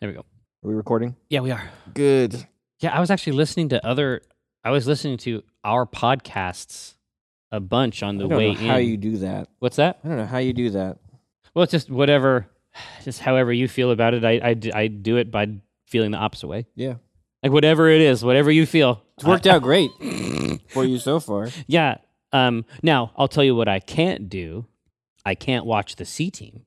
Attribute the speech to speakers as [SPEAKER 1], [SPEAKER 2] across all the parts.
[SPEAKER 1] There we go.
[SPEAKER 2] Are we recording?
[SPEAKER 1] Yeah, we are.
[SPEAKER 2] Good.
[SPEAKER 1] Yeah, I was actually listening to other. I was listening to our podcasts a bunch on
[SPEAKER 2] I
[SPEAKER 1] the
[SPEAKER 2] don't
[SPEAKER 1] way
[SPEAKER 2] know how
[SPEAKER 1] in.
[SPEAKER 2] you do that.
[SPEAKER 1] What's that?
[SPEAKER 2] I don't know how you do that.
[SPEAKER 1] Well, it's just whatever, just however you feel about it. I I d- I do it by feeling the opposite way.
[SPEAKER 2] Yeah.
[SPEAKER 1] Like whatever it is, whatever you feel.
[SPEAKER 2] It's worked out great for you so far.
[SPEAKER 1] Yeah. Um. Now I'll tell you what I can't do. I can't watch the C team.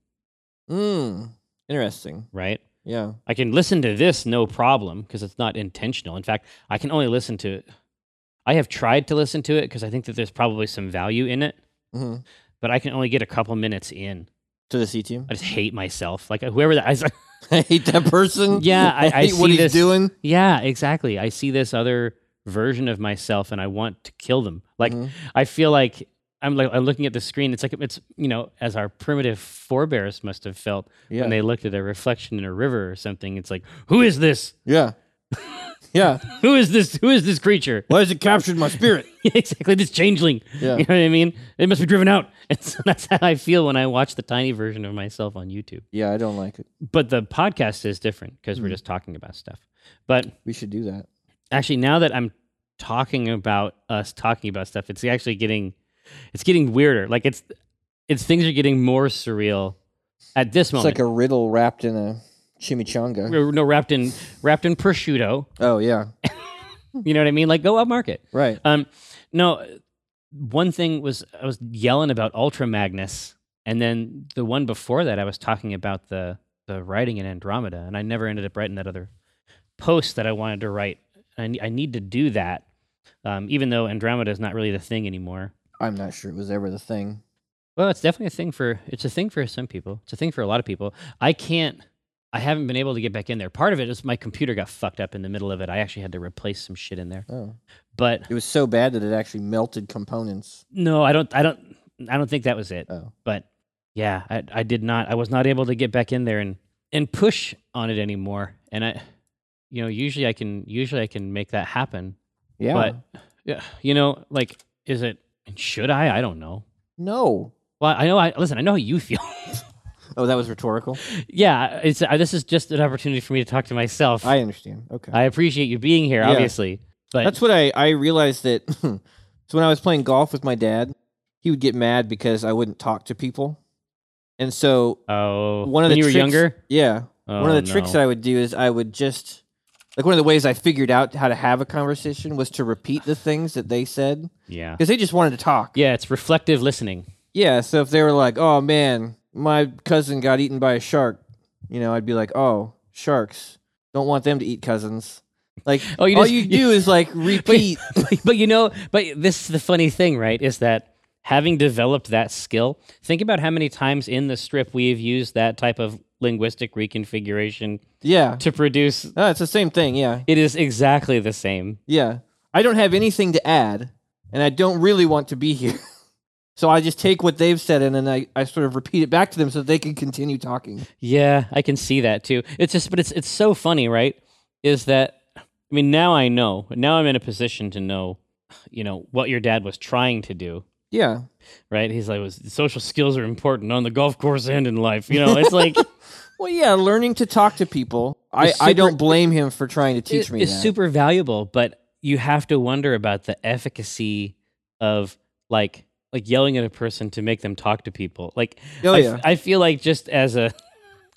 [SPEAKER 2] Mm. Interesting.
[SPEAKER 1] Right.
[SPEAKER 2] Yeah.
[SPEAKER 1] I can listen to this no problem because it's not intentional. In fact, I can only listen to it. I have tried to listen to it because I think that there's probably some value in it,
[SPEAKER 2] hmm
[SPEAKER 1] but I can only get a couple minutes in.
[SPEAKER 2] To the C team.
[SPEAKER 1] I just hate myself. Like uh, whoever that. I, was-
[SPEAKER 2] I hate that person.
[SPEAKER 1] Yeah, I- I
[SPEAKER 2] hate what
[SPEAKER 1] see
[SPEAKER 2] he's
[SPEAKER 1] this.
[SPEAKER 2] doing.
[SPEAKER 1] yeah, exactly. I see this other version of myself, and I want to kill them. Like
[SPEAKER 2] Mhm.
[SPEAKER 1] I feel like I'm like I'm looking at the screen. It's like it's you know as our primitive forebears must have felt
[SPEAKER 2] yeah,
[SPEAKER 1] when they looked at a reflection in a river or something. It's like who is this?
[SPEAKER 2] yeah, yeah.
[SPEAKER 1] Who is this? Who is this creature?
[SPEAKER 2] Why has it captured my spirit?
[SPEAKER 1] Yeah, exactly. This changeling.
[SPEAKER 2] Yeah.
[SPEAKER 1] You know what I mean? It must be driven out. And so that's how I feel when I watch the tiny version of myself on YouTube.
[SPEAKER 2] Yeah, I don't like it.
[SPEAKER 1] But the podcast is different because we're
[SPEAKER 2] Hmm.
[SPEAKER 1] just talking about stuff. But
[SPEAKER 2] We should do that.
[SPEAKER 1] actually, now that I'm talking about us talking about stuff, it's actually getting it's getting weirder. Like it's it's things are getting more surreal at this
[SPEAKER 2] It's
[SPEAKER 1] moment.
[SPEAKER 2] like a riddle wrapped in a chimichanga.
[SPEAKER 1] We're- no wrapped in wrapped in prosciutto.
[SPEAKER 2] Oh yeah, Hmm.
[SPEAKER 1] You know what I mean? Like go up market.
[SPEAKER 2] right.
[SPEAKER 1] Um, no, one thing was I was yelling about Ultra Magnus, and then the one before that I was talking about the the writing in Andromeda, and I never ended up writing that other post that I wanted to write. I ne- I need to do that, um, even though Andromeda is not really the thing anymore.
[SPEAKER 2] I'm not sure it was ever the thing.
[SPEAKER 1] Well, it's definitely a thing for it's a thing for some people. It's a thing for a lot of people. I can't. I haven't been able to get back in there. Part of it is my computer got fucked up in the middle of it. I actually had to replace some shit in there.
[SPEAKER 2] Oh,
[SPEAKER 1] But
[SPEAKER 2] it was so bad that it actually melted components.
[SPEAKER 1] no, I don't. I don't. I don't think that was it.
[SPEAKER 2] Oh,
[SPEAKER 1] but yeah I, I did not i was not able to get back in there and and push on it anymore and i you know usually i can usually i can make that happen
[SPEAKER 2] yeah.
[SPEAKER 1] but yeah you know like is it should i i don't know
[SPEAKER 2] no.
[SPEAKER 1] well i know i listen i know how you feel
[SPEAKER 2] Oh, that was rhetorical.
[SPEAKER 1] yeah it's I, this is just an opportunity for me to talk to myself i,
[SPEAKER 2] I understand. Okay.
[SPEAKER 1] appreciate you being here
[SPEAKER 2] Yeah.
[SPEAKER 1] obviously but
[SPEAKER 2] That's what I, I realized that. so when I was playing golf with my dad, he would get mad because I wouldn't talk to people. And so
[SPEAKER 1] oh
[SPEAKER 2] one of
[SPEAKER 1] when
[SPEAKER 2] the
[SPEAKER 1] you were
[SPEAKER 2] tricks-
[SPEAKER 1] younger
[SPEAKER 2] yeah, one
[SPEAKER 1] Oh,
[SPEAKER 2] of the tricks
[SPEAKER 1] no.
[SPEAKER 2] that I would do is I would just like one of the ways I figured out how to have a conversation was to repeat the things that they said
[SPEAKER 1] yeah
[SPEAKER 2] because they just wanted to talk.
[SPEAKER 1] yeah it's reflective listening
[SPEAKER 2] Yeah, so if they were like, "Oh man, my cousin got eaten by a shark," you know, I'd be like, "Oh, sharks don't want them to eat cousins." Like
[SPEAKER 1] Oh, you
[SPEAKER 2] all
[SPEAKER 1] just-
[SPEAKER 2] you do is like repeat.
[SPEAKER 1] but, but you know, but this is the funny thing, right? Is that having developed that skill, think about how many times in the strip we've used that type of linguistic reconfiguration
[SPEAKER 2] yeah,
[SPEAKER 1] to produce.
[SPEAKER 2] no, it's the same thing. Yeah,
[SPEAKER 1] It is exactly the same.
[SPEAKER 2] Yeah. I don't have anything to add, and I don't really want to be here. so I just take what they've said and then I, I sort of repeat it back to them so they can continue talking.
[SPEAKER 1] Yeah, I can see that too. It's just, but it's it's so funny, right? Is that I mean, now I know. Now I'm in a position to know, you know, what your dad was trying to do.
[SPEAKER 2] Yeah.
[SPEAKER 1] Right? He's like, was social skills are important on the golf course and in life. You know, it's like
[SPEAKER 2] Well, yeah, learning to talk to people. I,
[SPEAKER 1] It's
[SPEAKER 2] I
[SPEAKER 1] super-
[SPEAKER 2] don't blame him for trying to teach
[SPEAKER 1] It's
[SPEAKER 2] me that.
[SPEAKER 1] super valuable, but you have to wonder about the efficacy of like like yelling at a person to make them talk to people. Like
[SPEAKER 2] Oh,
[SPEAKER 1] I,
[SPEAKER 2] yeah.
[SPEAKER 1] I feel like just as a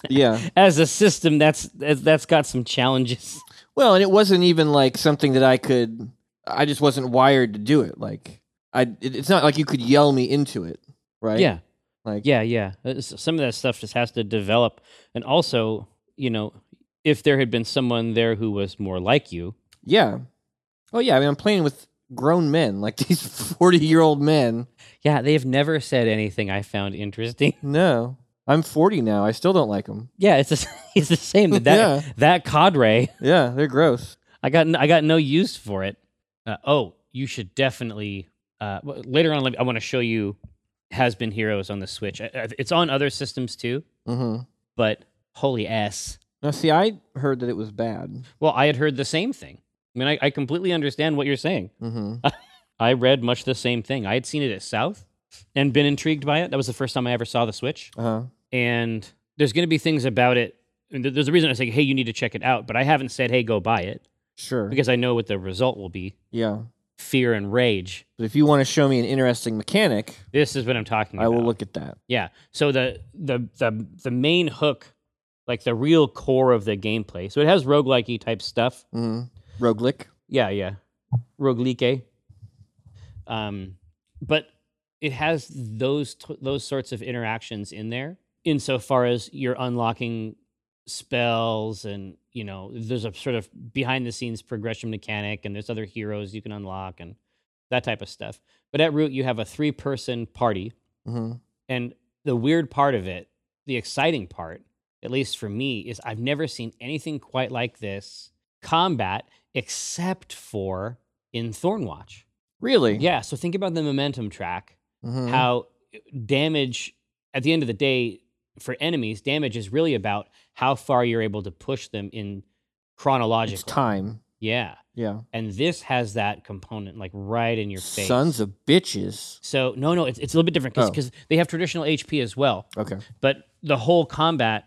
[SPEAKER 2] yeah.
[SPEAKER 1] as a system that's that's that's got some challenges.
[SPEAKER 2] Well, and it wasn't even like something that I could, I just wasn't wired to do it. Like, I, it, it's not like you could yell me into it, right?
[SPEAKER 1] Yeah.
[SPEAKER 2] Like,
[SPEAKER 1] Yeah, yeah. Uh, s- Some of that stuff just has to develop and also, you know, if there had been someone there who was more like you,
[SPEAKER 2] yeah. Oh, yeah. I mean, I'm playing with grown men, like these 40 year old men.
[SPEAKER 1] yeah, they've never said anything I found interesting.
[SPEAKER 2] No, I'm 40 now. I still don't like them.
[SPEAKER 1] Yeah, it's the, s- it's the same that
[SPEAKER 2] Yeah.
[SPEAKER 1] that cadre
[SPEAKER 2] Yeah, they're gross.
[SPEAKER 1] I got n- I got no use for it. Uh, oh, you should definitely uh, w- later on. let me- I want to show you has been heroes on the Switch. I, I- it's on other systems too,
[SPEAKER 2] Mm-hmm.
[SPEAKER 1] but holy s!
[SPEAKER 2] Now, see, I heard that it was bad.
[SPEAKER 1] Well, I had heard the same thing. I mean, I, I completely understand what you're saying.
[SPEAKER 2] Mm-hmm.
[SPEAKER 1] I read much the same thing. I had seen it at South and been intrigued by it. That was the first time I ever saw the Switch.
[SPEAKER 2] Uh-huh.
[SPEAKER 1] And there's going to be things about it and th- there's a reason I say, hey, you need to check it out, but I haven't said, hey, go buy it
[SPEAKER 2] Sure.
[SPEAKER 1] because I know what the result will be
[SPEAKER 2] Yeah.
[SPEAKER 1] fear and rage.
[SPEAKER 2] But if you want to show me an interesting mechanic,
[SPEAKER 1] This is what I'm talking about.
[SPEAKER 2] I will look at that.
[SPEAKER 1] Yeah. So the the the the main hook, like the real core of the gameplay. So it has roguelike type stuff.
[SPEAKER 2] hmm Roguelick.
[SPEAKER 1] Yeah, yeah. Roguelike. Um but it has those t- those sorts of interactions in there insofar as you're unlocking spells and you know there's a sort of behind the scenes progression mechanic and there's other heroes you can unlock and that type of stuff but at root you have a three person party
[SPEAKER 2] hmm
[SPEAKER 1] and the weird part of it, the exciting part, at least for me, is I've never seen anything quite like this combat except for in Thornwatch.
[SPEAKER 2] Really?
[SPEAKER 1] Yeah, so think about the momentum track,
[SPEAKER 2] Mhm.
[SPEAKER 1] how uh, damage at the end of the day for enemies, damage is really about how far you're able to push them in
[SPEAKER 2] it's
[SPEAKER 1] chronological.
[SPEAKER 2] time.
[SPEAKER 1] Yeah.
[SPEAKER 2] Yeah.
[SPEAKER 1] And this has that component like right in your face.
[SPEAKER 2] Sons of bitches.
[SPEAKER 1] so no, no, it's, it's a little bit different because
[SPEAKER 2] Oh.
[SPEAKER 1] they have traditional HP as well
[SPEAKER 2] Okay.
[SPEAKER 1] but the whole combat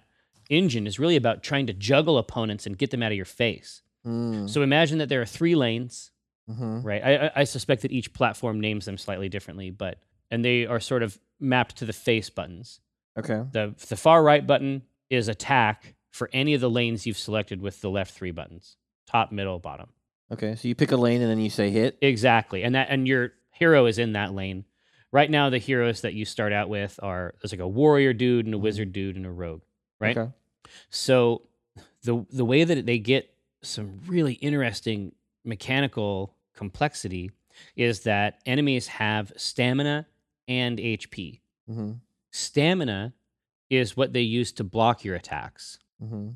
[SPEAKER 1] engine is really about trying to juggle opponents and get them out of your face.
[SPEAKER 2] Mm.
[SPEAKER 1] So imagine that there are three lanes,
[SPEAKER 2] Mhm.
[SPEAKER 1] right? I, I- I suspect that each platform names them slightly differently, but and they are sort of mapped to the face buttons.
[SPEAKER 2] Okay.
[SPEAKER 1] The the far right button is attack for any of the lanes you've selected with the left three buttons, top, middle, bottom.
[SPEAKER 2] Okay. So you pick a lane and then you say hit.
[SPEAKER 1] Exactly. And that and your hero is in that lane. Right now the heroes that you start out with are there's like a warrior dude and a
[SPEAKER 2] Mhm.
[SPEAKER 1] wizard dude and a rogue, right?
[SPEAKER 2] Okay.
[SPEAKER 1] So the the way that they get some really interesting mechanical complexity is that enemies have stamina and HP.
[SPEAKER 2] hmm
[SPEAKER 1] Stamina is what they use to block your attacks.
[SPEAKER 2] hmm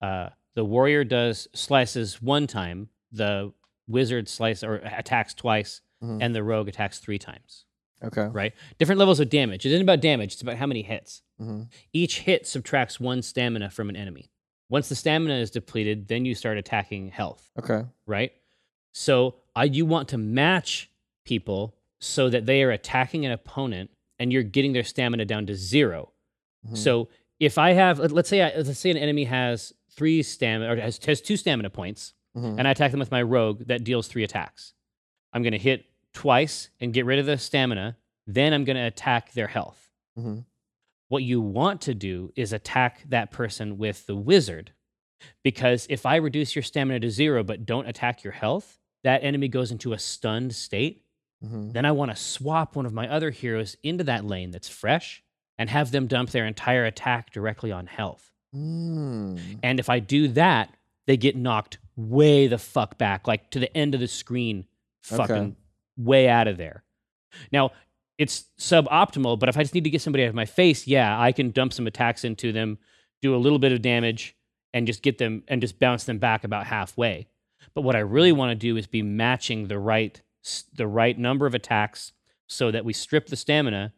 [SPEAKER 1] Uh, the warrior does slices one time, the wizard slice or attacks twice,
[SPEAKER 2] Mhm.
[SPEAKER 1] and the rogue attacks three times.
[SPEAKER 2] Okay.
[SPEAKER 1] Right? Different levels of damage. It isn't about damage; it's about how many hits.
[SPEAKER 2] hmm
[SPEAKER 1] Each hit subtracts one stamina from an enemy. Once the stamina is depleted, then you start attacking health,
[SPEAKER 2] Okay.
[SPEAKER 1] right? So I, you want to match people so that they are attacking an opponent and you're getting their stamina down to 0
[SPEAKER 2] Mhm.
[SPEAKER 1] So if I have, let- let's say, I, let's say an enemy has three stamina or has, has two stamina points,
[SPEAKER 2] Mhm.
[SPEAKER 1] and I attack them with my rogue that deals three attacks. I'm going to hit twice and get rid of the stamina. Then I'm going to attack their health
[SPEAKER 2] Mhm.
[SPEAKER 1] what you want to do is attack that person with the wizard. Because if I reduce your stamina to zero but don't attack your health, that enemy goes into a stunned state.
[SPEAKER 2] Mhm.
[SPEAKER 1] Then I want to swap one of my other heroes into that lane that's fresh and have them dump their entire attack directly on health.
[SPEAKER 2] Mm.
[SPEAKER 1] And if I do that, they get knocked way the fuck back, like to the end of the screen, fucking
[SPEAKER 2] Okay.
[SPEAKER 1] way out of there. Now, it's suboptimal, but if I just need to get somebody out of my face, yeah, I can dump some attacks into them, do a little bit of damage, and just get them and just bounce them back about halfway. But what I really want to do is be matching the right s- the right number of attacks so that we strip the stamina,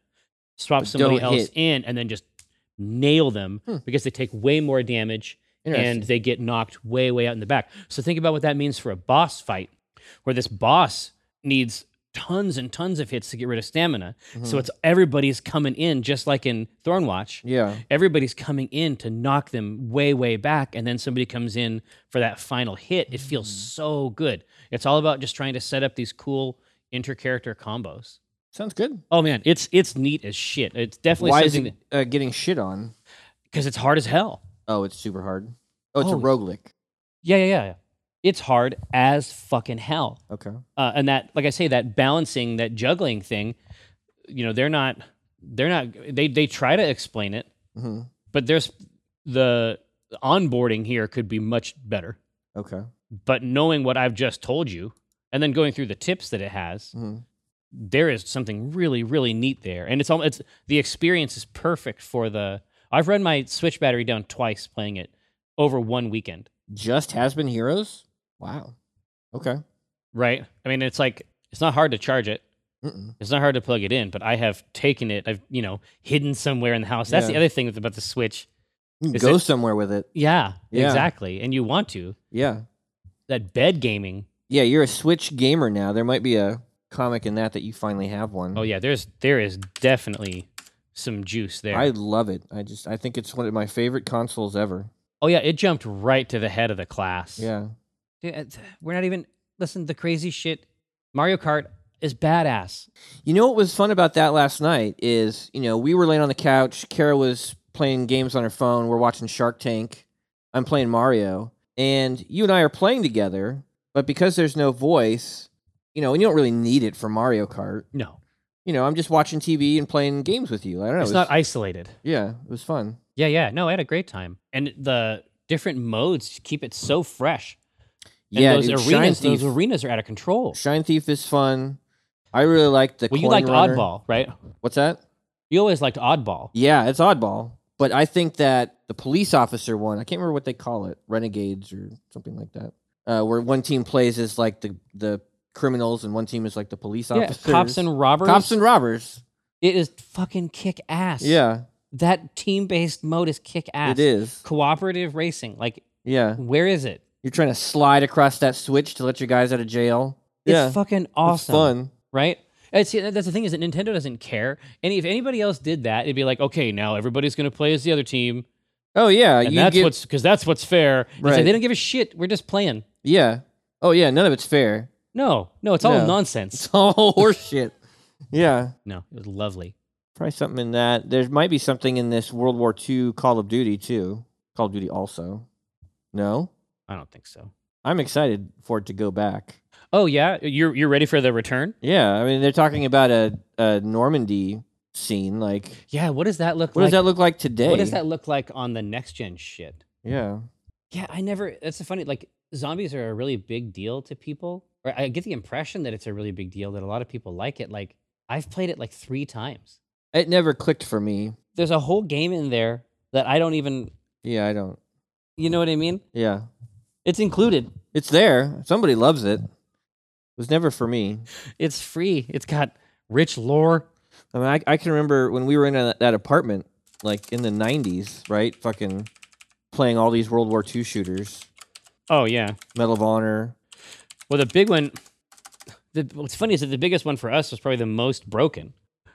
[SPEAKER 1] swap
[SPEAKER 2] But
[SPEAKER 1] somebody
[SPEAKER 2] don't
[SPEAKER 1] else
[SPEAKER 2] hit.
[SPEAKER 1] in, and then just nail them
[SPEAKER 2] Hmm.
[SPEAKER 1] because they take way more damage and
[SPEAKER 2] Interesting.
[SPEAKER 1] they get knocked way, way out in the back. So think about what that means for a boss fight, where this boss needs tons and tons of hits to get rid of stamina. So
[SPEAKER 2] Mhm.
[SPEAKER 1] it's everybody's coming in, just like in Thornwatch.
[SPEAKER 2] yeah.
[SPEAKER 1] Everybody's coming in to knock them way, way back, and then somebody comes in for that final hit. It feels
[SPEAKER 2] Mm.
[SPEAKER 1] so good. It's all about just trying to set up these cool inter-character combos.
[SPEAKER 2] Sounds good.
[SPEAKER 1] Oh man, it's it's neat as shit. It's definitely
[SPEAKER 2] Why is
[SPEAKER 1] something
[SPEAKER 2] it uh, getting shit on?
[SPEAKER 1] because it's hard as hell.
[SPEAKER 2] Oh, it's super hard. Oh, it's
[SPEAKER 1] Oh.
[SPEAKER 2] a roguelick.
[SPEAKER 1] Yeah, yeah, yeah. yeah. It's hard as fucking hell.
[SPEAKER 2] Okay.
[SPEAKER 1] uh, and that like i say that balancing that juggling thing you know they're not they're not they they try to explain it
[SPEAKER 2] hmm
[SPEAKER 1] but there's the onboarding here could be much better
[SPEAKER 2] Okay.
[SPEAKER 1] but knowing what i've just told you and then going through the tips that it has
[SPEAKER 2] hmm
[SPEAKER 1] there is something really really neat there and it's all it's the experience is perfect for the i've run my switch battery down twice playing it over one weekend
[SPEAKER 2] Just has been heroes. Wow. Okay.
[SPEAKER 1] right i mean it's like it's not hard to charge it
[SPEAKER 2] Mm-mm.
[SPEAKER 1] It's not hard to plug it in, but I have taken it. I've you know hidden somewhere in the house. That's the
[SPEAKER 2] Yeah.
[SPEAKER 1] other thing about the Switch.
[SPEAKER 2] You can
[SPEAKER 1] Is
[SPEAKER 2] go
[SPEAKER 1] it-
[SPEAKER 2] somewhere with it.
[SPEAKER 1] Yeah,
[SPEAKER 2] Yeah.
[SPEAKER 1] exactly. And you want to
[SPEAKER 2] Yeah.
[SPEAKER 1] that bed gaming.
[SPEAKER 2] Yeah. You're a Switch gamer now. There might be a comic in that that you finally have one.
[SPEAKER 1] Oh yeah, there's there is definitely some juice there.
[SPEAKER 2] I love it. I just I think it's one of my favorite consoles ever.
[SPEAKER 1] Oh yeah, it jumped right to the head of the class.
[SPEAKER 2] Yeah.
[SPEAKER 1] Dude, it's- we're not even listen. The crazy shit. Mario Kart is badass.
[SPEAKER 2] You know what was fun about that last night is, you know, we were laying on the couch. Kara was playing games on her phone. We're watching Shark Tank. I'm playing Mario. And you and I are playing together, but because there's no voice, you know, and you don't really need it for Mario Kart,
[SPEAKER 1] No,
[SPEAKER 2] you know, I'm just watching TV and playing games with you. I don't know.
[SPEAKER 1] it's
[SPEAKER 2] it was-
[SPEAKER 1] not isolated.
[SPEAKER 2] yeah, it was fun.
[SPEAKER 1] Yeah, yeah. No, I had a great time, and the different modes keep it so fresh. And
[SPEAKER 2] yeah,
[SPEAKER 1] those
[SPEAKER 2] dude, Shine
[SPEAKER 1] arenas,
[SPEAKER 2] Thief.
[SPEAKER 1] those arenas are out of control.
[SPEAKER 2] Shine Thief is fun. I really liked the.
[SPEAKER 1] Well, you
[SPEAKER 2] coin
[SPEAKER 1] liked
[SPEAKER 2] runner.
[SPEAKER 1] Oddball, right?
[SPEAKER 2] What's that?
[SPEAKER 1] You always liked Oddball.
[SPEAKER 2] Yeah, it's oddball. But I think that the police officer one, I can't remember what they call it, renegades or something like that, uh, where one team plays as like the the criminals and one team is like the police
[SPEAKER 1] Yeah,
[SPEAKER 2] officers.
[SPEAKER 1] cops and robbers.
[SPEAKER 2] cops and robbers.
[SPEAKER 1] it is fucking kick ass.
[SPEAKER 2] Yeah,
[SPEAKER 1] that team based mode is kick ass.
[SPEAKER 2] it is.
[SPEAKER 1] cooperative racing. Like,
[SPEAKER 2] Yeah,
[SPEAKER 1] where is it?
[SPEAKER 2] you're trying to slide across that switch to let your guys out of jail.
[SPEAKER 1] It's
[SPEAKER 2] yeah,
[SPEAKER 1] fucking
[SPEAKER 2] it's
[SPEAKER 1] awesome.
[SPEAKER 2] fun.
[SPEAKER 1] right? And see, that's the thing is that Nintendo doesn't care. And if anybody else did that, it'd be like, okay, now everybody's going to play as the other team,
[SPEAKER 2] Oh yeah,
[SPEAKER 1] and
[SPEAKER 2] you
[SPEAKER 1] that's
[SPEAKER 2] get
[SPEAKER 1] what's because that's what's fair. It's like,
[SPEAKER 2] Right.
[SPEAKER 1] they don't give a shit. We're just playing.
[SPEAKER 2] yeah. Oh yeah, none of it's fair.
[SPEAKER 1] No, no, it's all
[SPEAKER 2] No.
[SPEAKER 1] nonsense.
[SPEAKER 2] It's all horseshit. Yeah.
[SPEAKER 1] No, it was lovely.
[SPEAKER 2] Probably something in that. There might be something in this World War II Call of Duty too. Call of Duty also. No,
[SPEAKER 1] I don't think so.
[SPEAKER 2] I'm excited for it to go back.
[SPEAKER 1] Oh yeah, you're you're ready for the return?
[SPEAKER 2] Yeah, I mean they're talking about a, a Normandy scene. Like,
[SPEAKER 1] Yeah. What does that look
[SPEAKER 2] what
[SPEAKER 1] like?
[SPEAKER 2] does that look like today?
[SPEAKER 1] What does that look like on the next gen shit?
[SPEAKER 2] Yeah,
[SPEAKER 1] Yeah, I never. That's the funny. Like zombies are a really big deal to people. Or I get the impression that it's a really big deal that a lot of people like it. Like I've played it like three times.
[SPEAKER 2] it never clicked for me.
[SPEAKER 1] there's a whole game in there that I don't even
[SPEAKER 2] Yeah, I don't.
[SPEAKER 1] you know what I mean?
[SPEAKER 2] Yeah,
[SPEAKER 1] It's included.
[SPEAKER 2] it's there. Somebody loves it. It was never for me.
[SPEAKER 1] It's free. It's got rich lore.
[SPEAKER 2] I mean, I, I can remember when we were in a, that apartment, like in the '90s, right? Fucking playing all these World War II shooters,
[SPEAKER 1] Oh yeah.
[SPEAKER 2] Medal of Honor.
[SPEAKER 1] Well the big one the, what's funny is that the biggest one for us was probably the most broken,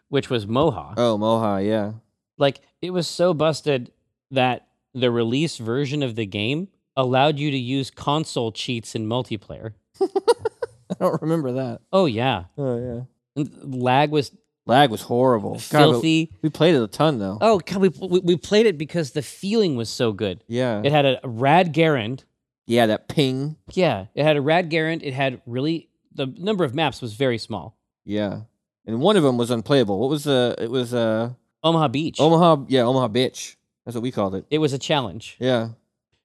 [SPEAKER 1] which was Moha.
[SPEAKER 2] Oh, Moha, yeah.
[SPEAKER 1] like it was so busted that the release version of the game allowed you to use console cheats in multiplayer.
[SPEAKER 2] I don't remember that.
[SPEAKER 1] Oh yeah.
[SPEAKER 2] Oh yeah.
[SPEAKER 1] And lag was
[SPEAKER 2] Lag was horrible. God, but
[SPEAKER 1] filthy.
[SPEAKER 2] we played it a ton though.
[SPEAKER 1] Oh god, we, we we played it because the feeling was so good.
[SPEAKER 2] yeah.
[SPEAKER 1] It had a rad Garand.
[SPEAKER 2] yeah, that ping.
[SPEAKER 1] Yeah, it had a rad Garand. It had really the number of maps was very small.
[SPEAKER 2] Yeah. And one of them was unplayable. What was the? It was uh
[SPEAKER 1] Omaha Beach.
[SPEAKER 2] Omaha. Yeah, Omaha bitch. That's what we called it.
[SPEAKER 1] It was a challenge
[SPEAKER 2] Yeah.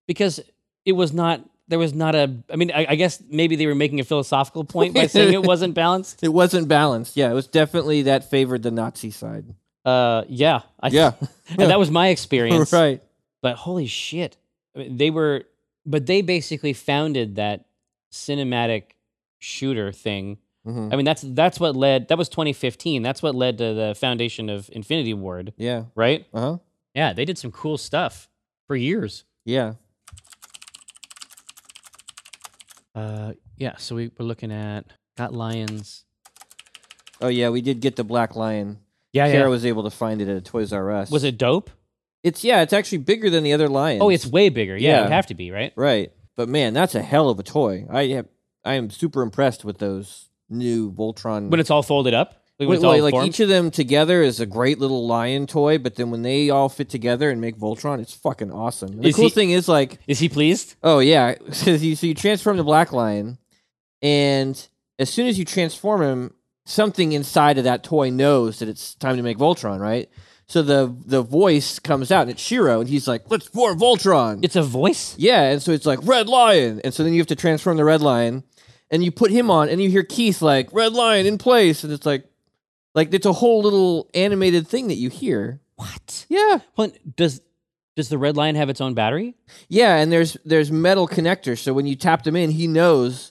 [SPEAKER 1] because it was not. There was not a. I mean, I, I guess maybe they were making a philosophical point by saying it wasn't balanced.
[SPEAKER 2] It wasn't balanced. Yeah, it was definitely that favored the Nazi side.
[SPEAKER 1] Uh, yeah, I,
[SPEAKER 2] Yeah.
[SPEAKER 1] and that was my experience.
[SPEAKER 2] right.
[SPEAKER 1] But holy shit, I mean, they were. But they basically founded that cinematic shooter thing.
[SPEAKER 2] Mhm.
[SPEAKER 1] I mean, that's that's what led. That was 2015. That's what led to the foundation of Infinity Ward,
[SPEAKER 2] Yeah.
[SPEAKER 1] right?
[SPEAKER 2] Uh huh.
[SPEAKER 1] Yeah, they did some cool stuff for years.
[SPEAKER 2] Yeah.
[SPEAKER 1] Uh, yeah. So we were looking at got lions.
[SPEAKER 2] Oh yeah, we did get the Black Lion.
[SPEAKER 1] Yeah,
[SPEAKER 2] Sarah was able to find it at a Toys R Us.
[SPEAKER 1] Was it dope?
[SPEAKER 2] It's yeah. It's actually bigger than the other lions.
[SPEAKER 1] Oh, it's way bigger. Yeah, it would
[SPEAKER 2] Yeah.
[SPEAKER 1] have to be right.
[SPEAKER 2] Right. But man, that's a hell of a toy. I have, I am super impressed with those new Voltron.
[SPEAKER 1] When it's all folded up, like, when
[SPEAKER 2] Wait,
[SPEAKER 1] it's all
[SPEAKER 2] wait, like
[SPEAKER 1] formed.
[SPEAKER 2] each of them together is a great little lion toy, but then when they all fit together and make Voltron, it's fucking awesome. And the
[SPEAKER 1] Is
[SPEAKER 2] cool
[SPEAKER 1] he-
[SPEAKER 2] thing is like,
[SPEAKER 1] Is he pleased?
[SPEAKER 2] oh yeah, so you, so you transform the black lion, and as soon as you transform him, something inside of that toy knows that it's time to make Voltron, right? So the the voice comes out and it's Shiro, and he's like, "Let's form Voltron."
[SPEAKER 1] It's a voice.
[SPEAKER 2] Yeah, and so it's like Red Lion, and so then you have to transform the Red Lion, and you put him on, and you hear Keith like Red Lion in place, and it's like, like it's a whole little animated thing that you hear.
[SPEAKER 1] What?
[SPEAKER 2] Yeah,
[SPEAKER 1] Well, does does the red lion have its own battery?
[SPEAKER 2] yeah, and there's there's metal connectors, so when you tapped him in, he knows.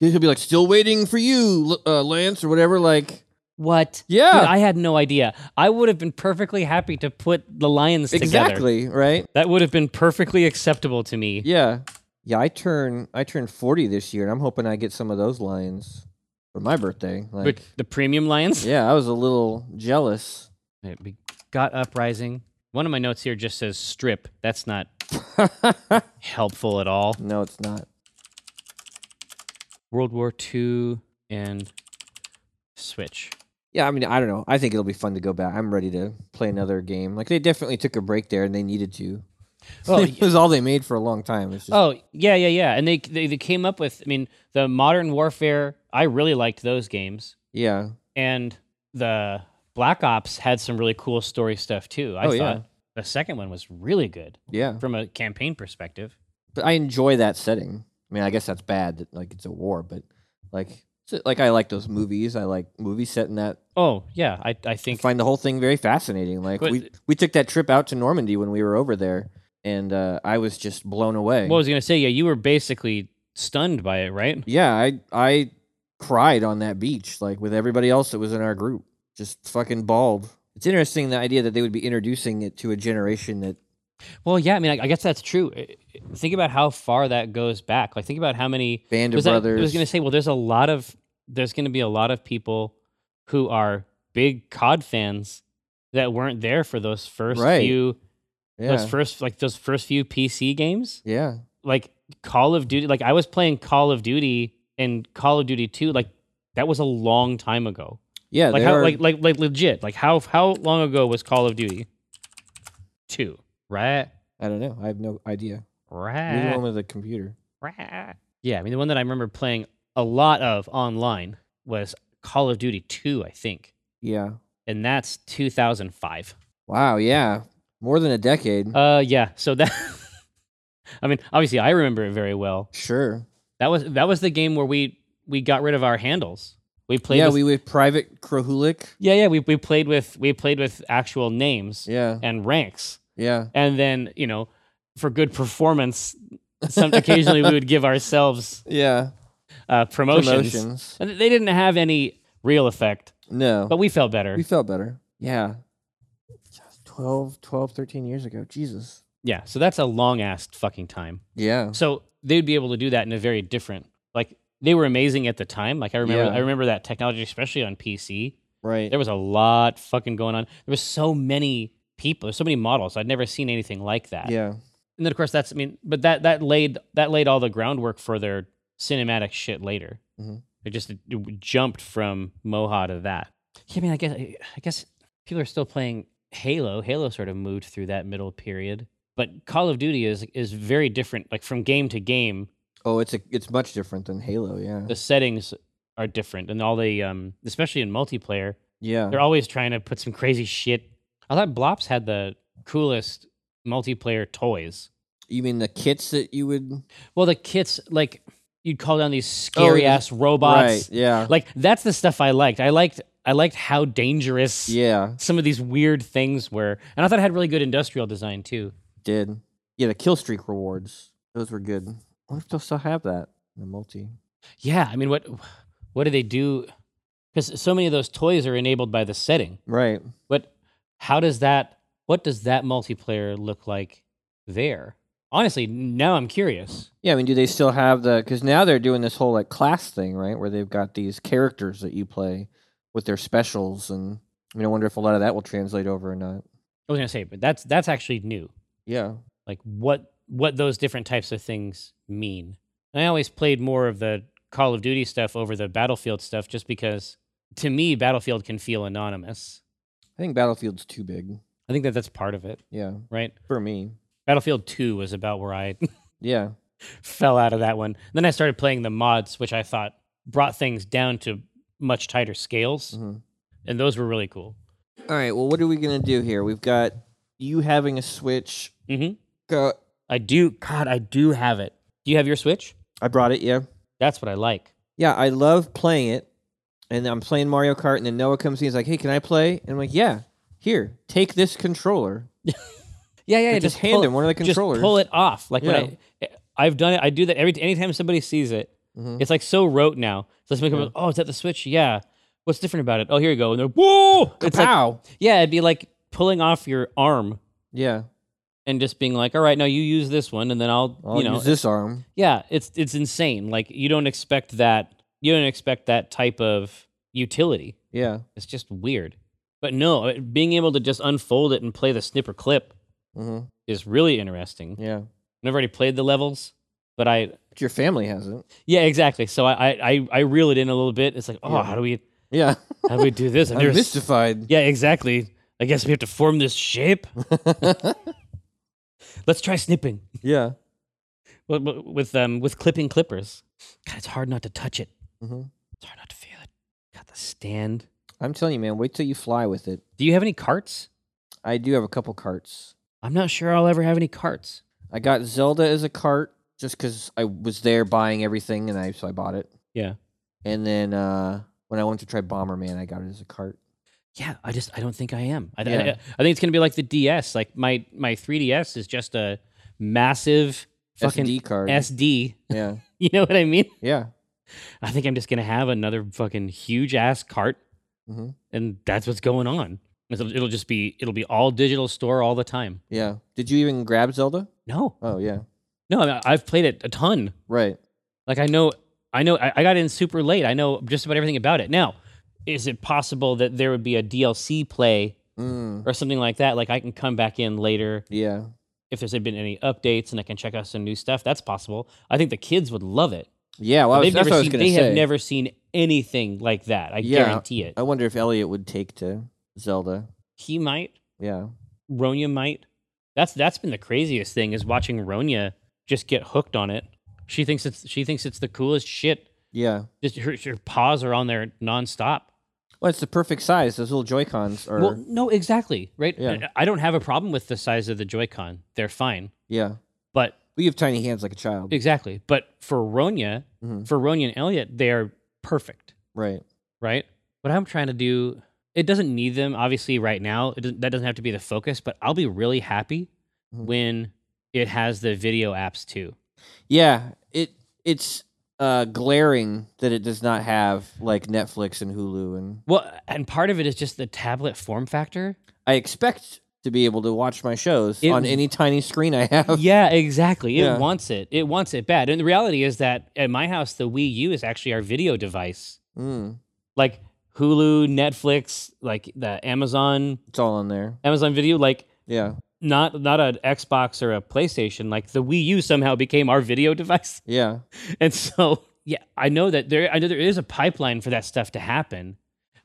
[SPEAKER 2] He'll be like, "Still waiting for you, L- uh, Lance," or whatever. Like,
[SPEAKER 1] What?
[SPEAKER 2] yeah,
[SPEAKER 1] Dude, I had no idea. I would have been perfectly happy to put the lions together.
[SPEAKER 2] exactly, right?
[SPEAKER 1] That would have been perfectly acceptable to me.
[SPEAKER 2] Yeah, yeah. I turn I turn forty this year, and I'm hoping I get some of those lions for my birthday. Like,
[SPEAKER 1] But the premium lions.
[SPEAKER 2] yeah, I was a little jealous.
[SPEAKER 1] Right, We got uprising. One of my notes here just says strip. That's not helpful at all.
[SPEAKER 2] no, it's not.
[SPEAKER 1] World War II and Switch.
[SPEAKER 2] Yeah, I mean, I don't know. I think it'll be fun to go back. I'm ready to play another game. Like they definitely took a break there, and they needed to.
[SPEAKER 1] Well,
[SPEAKER 2] it was all they made for a long time. It's just,
[SPEAKER 1] Oh yeah, yeah, yeah. And they, they they came up with. I mean, the Modern Warfare. I really liked those games,
[SPEAKER 2] yeah,
[SPEAKER 1] and the Black Ops had some really cool story stuff too. I
[SPEAKER 2] Oh,
[SPEAKER 1] thought
[SPEAKER 2] yeah.
[SPEAKER 1] the second one was really good
[SPEAKER 2] yeah.
[SPEAKER 1] from a campaign perspective.
[SPEAKER 2] But I enjoy that setting. I mean, I guess that's bad. That, like it's a war, but like, it's- like I like those movies. I like movies set in that
[SPEAKER 1] Oh yeah, I I think
[SPEAKER 2] find the whole thing very fascinating. Like
[SPEAKER 1] But-
[SPEAKER 2] we we took that trip out to Normandy when we were over there, and uh, I was just blown away.
[SPEAKER 1] Well, I was gonna say, yeah, you were basically stunned by it, right?
[SPEAKER 2] yeah, I I cried on that beach like with everybody else that was in our group, just fucking bawled. It's interesting the idea that they would be introducing it to a generation that
[SPEAKER 1] Well, yeah, I mean, I, I guess that's true. I- I- Think about how far that goes back. Like, think about how many.
[SPEAKER 2] Band of
[SPEAKER 1] Was that-
[SPEAKER 2] Brothers.
[SPEAKER 1] I was gonna say, well, there's a lot of there's gonna be a lot of people who are big COD fans that weren't there for those first
[SPEAKER 2] Right.
[SPEAKER 1] few
[SPEAKER 2] yeah,
[SPEAKER 1] those first like those first few PC games.
[SPEAKER 2] yeah,
[SPEAKER 1] Like Call of Duty. Like I was playing Call of Duty and Call of Duty 2. Like that was a long time ago.
[SPEAKER 2] yeah.
[SPEAKER 1] like
[SPEAKER 2] they
[SPEAKER 1] how
[SPEAKER 2] are-
[SPEAKER 1] like like like legit like how how long ago was call of duty two right
[SPEAKER 2] I don't know. I have no idea. You're the one
[SPEAKER 1] right
[SPEAKER 2] with the computer.
[SPEAKER 1] right yeah i mean the one that i remember playing a lot of online was call of duty 2 i think
[SPEAKER 2] Yeah.
[SPEAKER 1] and that's 2005
[SPEAKER 2] Wow. Yeah. More than a decade.
[SPEAKER 1] uh yeah so that i mean obviously i remember it very well
[SPEAKER 2] sure.
[SPEAKER 1] that was that was the game where we we got rid of our handles we played
[SPEAKER 2] Yeah,
[SPEAKER 1] with,
[SPEAKER 2] we with Private Krahulik.
[SPEAKER 1] yeah yeah we, we played with we played with actual names
[SPEAKER 2] Yeah.
[SPEAKER 1] and ranks
[SPEAKER 2] Yeah.
[SPEAKER 1] and then you know for good performance some occasionally we would give ourselves
[SPEAKER 2] Yeah.
[SPEAKER 1] uh, promotions
[SPEAKER 2] Promotions.
[SPEAKER 1] and they didn't have any real effect
[SPEAKER 2] No.
[SPEAKER 1] but we felt better
[SPEAKER 2] we felt better. Yeah. 12, 12, 13 years ago. Jesus.
[SPEAKER 1] yeah so that's a long ass fucking time
[SPEAKER 2] Yeah.
[SPEAKER 1] so they'd be able to do that in a very different like they were amazing at the time like i remember
[SPEAKER 2] Yeah.
[SPEAKER 1] i remember that technology especially on pc
[SPEAKER 2] Right.
[SPEAKER 1] there was a lot fucking going on there was so many people so many models i'd never seen anything like that
[SPEAKER 2] yeah.
[SPEAKER 1] and then of course that's I mean, but that that laid that laid all the groundwork for their cinematic shit later.
[SPEAKER 2] Mhm.
[SPEAKER 1] It just it w- jumped from Moha to that. Yeah, I mean, I guess I guess people are still playing Halo. Halo sort of moved through that middle period, but Call of Duty is is very different. Like from game to game,
[SPEAKER 2] Oh, it's a, it's much different than Halo. Yeah.
[SPEAKER 1] the settings are different, and all the um, especially in multiplayer,
[SPEAKER 2] Yeah.
[SPEAKER 1] they're always trying to put some crazy shit. I thought Blops had the coolest multiplayer toys.
[SPEAKER 2] You mean the kits that you would?
[SPEAKER 1] Well, the kits, like you'd call down these scary
[SPEAKER 2] Oh, yeah.
[SPEAKER 1] ass robots.
[SPEAKER 2] Right. Yeah.
[SPEAKER 1] Like that's the stuff I liked. I liked I liked how dangerous
[SPEAKER 2] Yeah.
[SPEAKER 1] some of these weird things were, and I thought it had really good industrial design too.
[SPEAKER 2] Did. Yeah. The kill streak rewards. Those were good. I wonder if they'll still have that. in The multi.
[SPEAKER 1] Yeah, I mean, what what do they do? Because so many of those toys are enabled by the setting.
[SPEAKER 2] Right.
[SPEAKER 1] But how does that? What does that multiplayer look like there? Honestly, now I'm curious.
[SPEAKER 2] Yeah, I mean, do they still have the? Because now they're doing this whole like class thing, right? Where they've got these characters that you play with their specials, and I mean, I wonder if a lot of that will translate over or not.
[SPEAKER 1] I was gonna say, but that's that's actually new.
[SPEAKER 2] Yeah,
[SPEAKER 1] like what what those different types of things mean. And I always played more of the Call of Duty stuff over the Battlefield stuff just because to me Battlefield can feel anonymous.
[SPEAKER 2] I think Battlefield's too big.
[SPEAKER 1] I think that that's part of it,
[SPEAKER 2] Yeah,
[SPEAKER 1] right?
[SPEAKER 2] for me.
[SPEAKER 1] Battlefield 2 was about where I
[SPEAKER 2] Yeah,
[SPEAKER 1] fell out of that one. Then I started playing the mods which I thought brought things down to much tighter scales
[SPEAKER 2] mhm.
[SPEAKER 1] and those were really cool.
[SPEAKER 2] All right. Well, what are we gonna do here? We've got you having a Switch.
[SPEAKER 1] Mhm.
[SPEAKER 2] Go-
[SPEAKER 1] I do god, I do have it. Do you have your Switch?
[SPEAKER 2] I brought it. Yeah,
[SPEAKER 1] That's what I like.
[SPEAKER 2] yeah. I love playing it, and I'm playing Mario Kart, and then Noah comes in. He's like, "Hey, can I play?" And I'm like, "Yeah, here, take this controller."
[SPEAKER 1] Yeah, yeah,
[SPEAKER 2] I
[SPEAKER 1] yeah.
[SPEAKER 2] just hand
[SPEAKER 1] pull-
[SPEAKER 2] him one of the controllers.
[SPEAKER 1] Just pull it off. Like
[SPEAKER 2] Yeah.
[SPEAKER 1] when I, I've done it. I do that every anytime somebody sees it.
[SPEAKER 2] Mhm.
[SPEAKER 1] It's like so rote now. So somebody comes, up, oh, is that the switch? Yeah. What's different about it? Oh, here you go. And they're whoa. It's like,
[SPEAKER 2] Kapow!
[SPEAKER 1] yeah, it'd be like pulling off your arm
[SPEAKER 2] yeah,
[SPEAKER 1] and just being like, all right, now you use this one, and then I'll,
[SPEAKER 2] I'll
[SPEAKER 1] you know,
[SPEAKER 2] use this arm.
[SPEAKER 1] yeah. It's it's insane. Like you don't expect that. You don't expect that type of utility.
[SPEAKER 2] Yeah.
[SPEAKER 1] It's uh, just weird. But no, being able to just unfold it and play the snipper clip
[SPEAKER 2] Mm-hmm.
[SPEAKER 1] is really interesting.
[SPEAKER 2] Yeah.
[SPEAKER 1] I've already played the levels, but I
[SPEAKER 2] But your family hasn't.
[SPEAKER 1] yeah exactly. So I I I, I reel it in a little bit. It's like oh
[SPEAKER 2] Yeah.
[SPEAKER 1] how do we
[SPEAKER 2] Yeah.
[SPEAKER 1] how do we do this? I've
[SPEAKER 2] I'm
[SPEAKER 1] never s-
[SPEAKER 2] mystified.
[SPEAKER 1] yeah exactly. I guess we have to form this shape. Let's try snipping
[SPEAKER 2] yeah.
[SPEAKER 1] with with, um, with clipping clippers. God, it's hard not to touch it.
[SPEAKER 2] hmm
[SPEAKER 1] It's hard not to feel it. Got the stand.
[SPEAKER 2] I'm telling you, man, wait till you fly with it.
[SPEAKER 1] Do you have any carts?
[SPEAKER 2] I do have a couple carts.
[SPEAKER 1] I'm not sure I'll ever have any carts.
[SPEAKER 2] I got Zelda as a cart just because I was there buying everything, and I so I bought it.
[SPEAKER 1] Yeah.
[SPEAKER 2] And then uh, when I went to try Bomberman, I got it as a cart.
[SPEAKER 1] Yeah, I just I don't think I am. I, I- I,
[SPEAKER 2] Yeah.
[SPEAKER 1] I think it's gonna be like the DS. Like my my 3DS is just a massive fucking
[SPEAKER 2] SD card.
[SPEAKER 1] SD.
[SPEAKER 2] yeah,
[SPEAKER 1] You know what I mean?
[SPEAKER 2] yeah.
[SPEAKER 1] I think I'm just gonna have another fucking huge ass cart,
[SPEAKER 2] Mhm.
[SPEAKER 1] and that's what's going on. It'll, it'll just be it'll be all digital store all the time.
[SPEAKER 2] Yeah. Did you even grab Zelda?
[SPEAKER 1] No,
[SPEAKER 2] Oh yeah.
[SPEAKER 1] no, I- I've played it a ton.
[SPEAKER 2] Right.
[SPEAKER 1] Like I know, I know, I, I got in super late. I know just about everything about it. Now, is it possible that there would be a DLC play
[SPEAKER 2] Mm.
[SPEAKER 1] or something like that? Like I can come back in later
[SPEAKER 2] Yeah.
[SPEAKER 1] if there's been any updates and I can check out some new stuff. That's possible. I think the kids would love it.
[SPEAKER 2] Yeah. Well, I was,
[SPEAKER 1] They've
[SPEAKER 2] that's
[SPEAKER 1] never
[SPEAKER 2] what I was
[SPEAKER 1] seen.
[SPEAKER 2] gonna
[SPEAKER 1] They
[SPEAKER 2] say.
[SPEAKER 1] have never seen anything like that. I
[SPEAKER 2] Yeah.
[SPEAKER 1] guarantee it.
[SPEAKER 2] I wonder if Elliot would take to Zelda.
[SPEAKER 1] He might.
[SPEAKER 2] Yeah.
[SPEAKER 1] Ronya might. That's that's been the craziest thing is watching Ronya just get hooked on it. She thinks it's she thinks it's the coolest shit.
[SPEAKER 2] Yeah.
[SPEAKER 1] Just her, her paws are on there nonstop.
[SPEAKER 2] Well, it's the perfect size. Those little Joy Cons are.
[SPEAKER 1] Well, no, exactly. Right.
[SPEAKER 2] Yeah.
[SPEAKER 1] I I don't have a problem with the size of the Joy-Con. They're fine.
[SPEAKER 2] yeah.
[SPEAKER 1] But
[SPEAKER 2] We have tiny hands like a child.
[SPEAKER 1] exactly. But for Ronya,
[SPEAKER 2] Mhm.
[SPEAKER 1] for Ronya and Elliot, they are perfect.
[SPEAKER 2] Right.
[SPEAKER 1] Right. What I'm trying to do, it doesn't need them obviously right now. It doesn't, that doesn't have to be the focus. But I'll be really happy
[SPEAKER 2] Mhm.
[SPEAKER 1] when it has the video apps too.
[SPEAKER 2] Yeah, it it's uh, glaring that it does not have like Netflix and Hulu, and
[SPEAKER 1] Well, and part of it is just the tablet form factor.
[SPEAKER 2] I expect to be able to watch my shows
[SPEAKER 1] It-
[SPEAKER 2] on any tiny screen I have.
[SPEAKER 1] yeah, exactly. It
[SPEAKER 2] Yeah.
[SPEAKER 1] wants it. It wants it bad. And the reality is that at my house, the Wii U is actually our video device.
[SPEAKER 2] Mm,
[SPEAKER 1] like Hulu, Netflix, like the Amazon
[SPEAKER 2] it's all on there.
[SPEAKER 1] Amazon Video, like
[SPEAKER 2] Yeah,
[SPEAKER 1] not not an Xbox or a PlayStation. Like the Wii U somehow became our video device,
[SPEAKER 2] yeah,
[SPEAKER 1] and so yeah, I know that there I know there is a pipeline for that stuff to happen,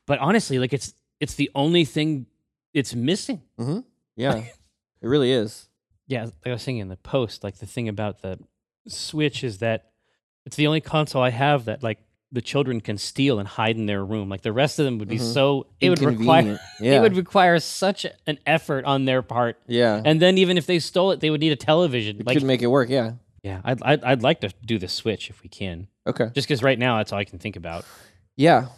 [SPEAKER 1] but honestly, like it's it's the only thing it's missing.
[SPEAKER 2] yeah. it really is.
[SPEAKER 1] Yeah, like I was saying in the post, like the thing about the Switch is that it's the only console I have that like the children can steal and hide in their room. Like the rest of them would be
[SPEAKER 2] Mhm.
[SPEAKER 1] so it would require
[SPEAKER 2] Inconvenient. Yeah,
[SPEAKER 1] it would require such an effort on their part.
[SPEAKER 2] yeah.
[SPEAKER 1] And then even if they stole it, they would need a television.
[SPEAKER 2] It
[SPEAKER 1] Like,
[SPEAKER 2] could make it work. Yeah.
[SPEAKER 1] yeah, I'd, I'd I'd like to do the Switch if we can,
[SPEAKER 2] Okay.
[SPEAKER 1] just because right now that's all I can think about.
[SPEAKER 2] Yeah.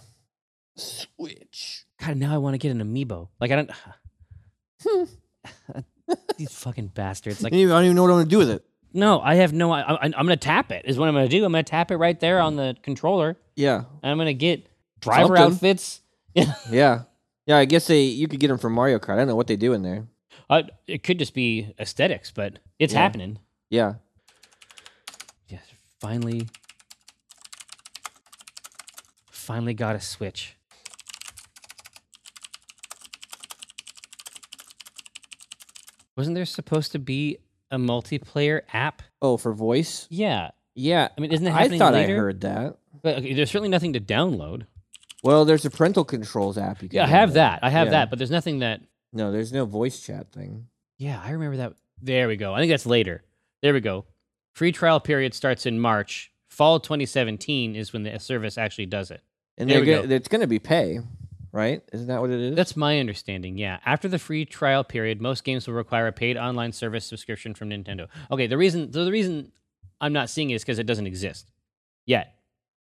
[SPEAKER 2] Switch.
[SPEAKER 1] God, now I want to get an amiibo. Like I don't. These fucking bastards!
[SPEAKER 2] I
[SPEAKER 1] Like,
[SPEAKER 2] don't even- I don't even know what I'm gonna do with it.
[SPEAKER 1] no, I have no. I, I, I'm gonna tap it. Is what I'm gonna do. I'm gonna tap it right there on the controller,
[SPEAKER 2] Yeah,
[SPEAKER 1] and I'm gonna get driver
[SPEAKER 2] Something.
[SPEAKER 1] outfits.
[SPEAKER 2] yeah, yeah. I guess they you could get them from Mario Kart. I don't know what they do in there.
[SPEAKER 1] Uh, it could just be aesthetics, but it's
[SPEAKER 2] Yeah.
[SPEAKER 1] happening.
[SPEAKER 2] Yeah.
[SPEAKER 1] Yes, finally, finally got a Switch. Wasn't there supposed to be a multiplayer app?
[SPEAKER 2] Oh, for voice.
[SPEAKER 1] Yeah,
[SPEAKER 2] Yeah,
[SPEAKER 1] I mean, isn't it
[SPEAKER 2] I
[SPEAKER 1] happening
[SPEAKER 2] thought
[SPEAKER 1] later?
[SPEAKER 2] I heard that.
[SPEAKER 1] But okay, there's certainly nothing to download.
[SPEAKER 2] Well, there's a parental controls app. You can
[SPEAKER 1] Yeah, I have
[SPEAKER 2] download.
[SPEAKER 1] that. I have
[SPEAKER 2] Yeah.
[SPEAKER 1] that, but there's nothing that.
[SPEAKER 2] No, there's no voice chat thing.
[SPEAKER 1] Yeah, I remember that. There we go. I think that's later. There we go. Free trial period starts in March. Fall 2017 is when the service actually does it.
[SPEAKER 2] And
[SPEAKER 1] There
[SPEAKER 2] they're
[SPEAKER 1] we
[SPEAKER 2] go-
[SPEAKER 1] go.
[SPEAKER 2] it's going to be pay, right? Isn't that what it is?
[SPEAKER 1] That's my understanding. Yeah. After the free trial period, most games will require a paid online service subscription from Nintendo. Okay. The reason so the reason I'm not seeing it is because it doesn't exist yet.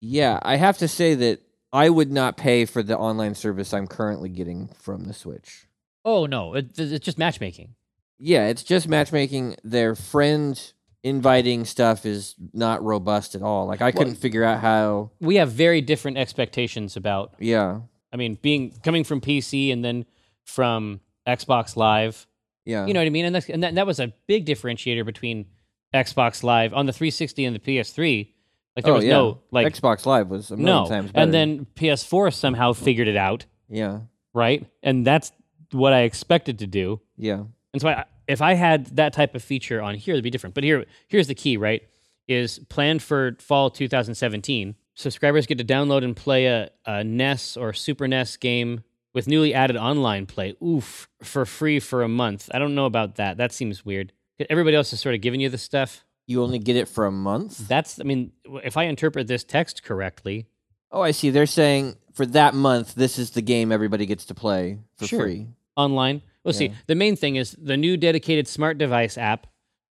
[SPEAKER 2] yeah, I have to say that I would not pay for the online service I'm currently getting from the Switch.
[SPEAKER 1] Oh no, it, it's just matchmaking.
[SPEAKER 2] Yeah, it's just matchmaking. Their friend inviting stuff is not robust at all. Like I couldn't figure out how.
[SPEAKER 1] We have very different expectations about.
[SPEAKER 2] Yeah,
[SPEAKER 1] I mean, being coming from PC and then from Xbox Live.
[SPEAKER 2] yeah,
[SPEAKER 1] You know what I mean? And that's, and that, that was a big differentiator between Xbox Live on the 360 and the PS3. Like there
[SPEAKER 2] Oh,
[SPEAKER 1] was
[SPEAKER 2] yeah.
[SPEAKER 1] no like
[SPEAKER 2] Xbox Live was a million
[SPEAKER 1] no,
[SPEAKER 2] times better.
[SPEAKER 1] and then PS4 somehow figured it out.
[SPEAKER 2] yeah,
[SPEAKER 1] right? And that's what I expected to do.
[SPEAKER 2] yeah,
[SPEAKER 1] And so I, if I had that type of feature on here, it'd be different. But here, here's the key, right? Is planned for fall 2017. Subscribers get to download and play a, a NES or Super NES game with newly added online play. Oof, for free for a month. I don't know about that. That seems weird. Everybody else is sort of giving you this stuff.
[SPEAKER 2] You only get it for a month.
[SPEAKER 1] That's, I mean, if I interpret this text correctly,
[SPEAKER 2] Oh, I see. They're saying for that month, this is the game everybody gets to play for
[SPEAKER 1] Sure.
[SPEAKER 2] free.
[SPEAKER 1] online. Well, see,
[SPEAKER 2] Yeah.
[SPEAKER 1] the main thing is the new dedicated smart device app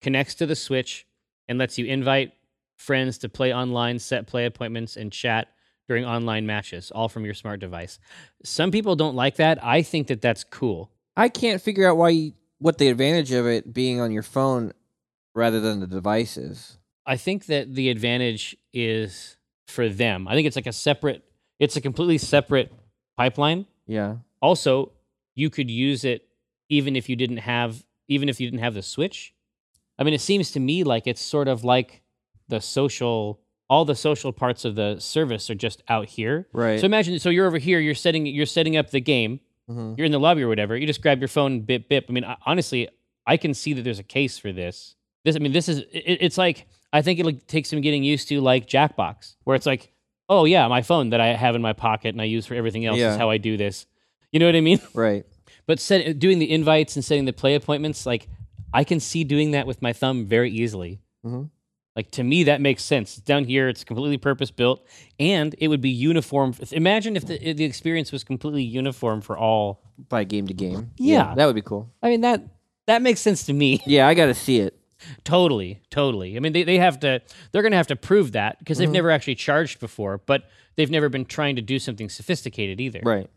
[SPEAKER 1] connects to the Switch and lets you invite friends to play online, set play appointments, and chat during online matches, all from your smart device. Some people don't like that. I think that that's cool.
[SPEAKER 2] I can't figure out why you- what the advantage of it being on your phone rather than the device is.
[SPEAKER 1] I think that the advantage is for them. I think it's like a separate, it's a completely separate pipeline.
[SPEAKER 2] Yeah.
[SPEAKER 1] Also, you could use it even if you didn't have even if you didn't have the Switch. I mean, it seems to me like it's sort of like the social all the social parts of the service are just out here.
[SPEAKER 2] Right.
[SPEAKER 1] So imagine so you're over here, you're setting you're setting up the game,
[SPEAKER 2] Mhm.
[SPEAKER 1] you're in the lobby or whatever, you just grab your phone, bip bip. I mean, I, honestly, I can see that there's a case for this. This I mean, this is it, it's like I think it'll take some getting used to like Jackbox, where it's like, oh yeah, my phone that I have in my pocket and I use for everything else
[SPEAKER 2] Yeah.
[SPEAKER 1] is how I do this. You know what I mean?
[SPEAKER 2] Right.
[SPEAKER 1] But set, doing the invites and setting the play appointments, like I can see doing that with my thumb very easily.
[SPEAKER 2] Mhm.
[SPEAKER 1] Like to me, that makes sense. It's down here. It's completely purpose built, and it would be uniform. Imagine if the, if the experience was completely uniform for all.
[SPEAKER 2] By game to game.
[SPEAKER 1] Yeah.
[SPEAKER 2] That would be cool.
[SPEAKER 1] I mean that that makes sense to me.
[SPEAKER 2] Yeah, I got to see it.
[SPEAKER 1] totally, totally. I mean they, they have to they're going to have to prove that because they've never actually charged before, but they've never been trying to do something sophisticated either.
[SPEAKER 2] Right.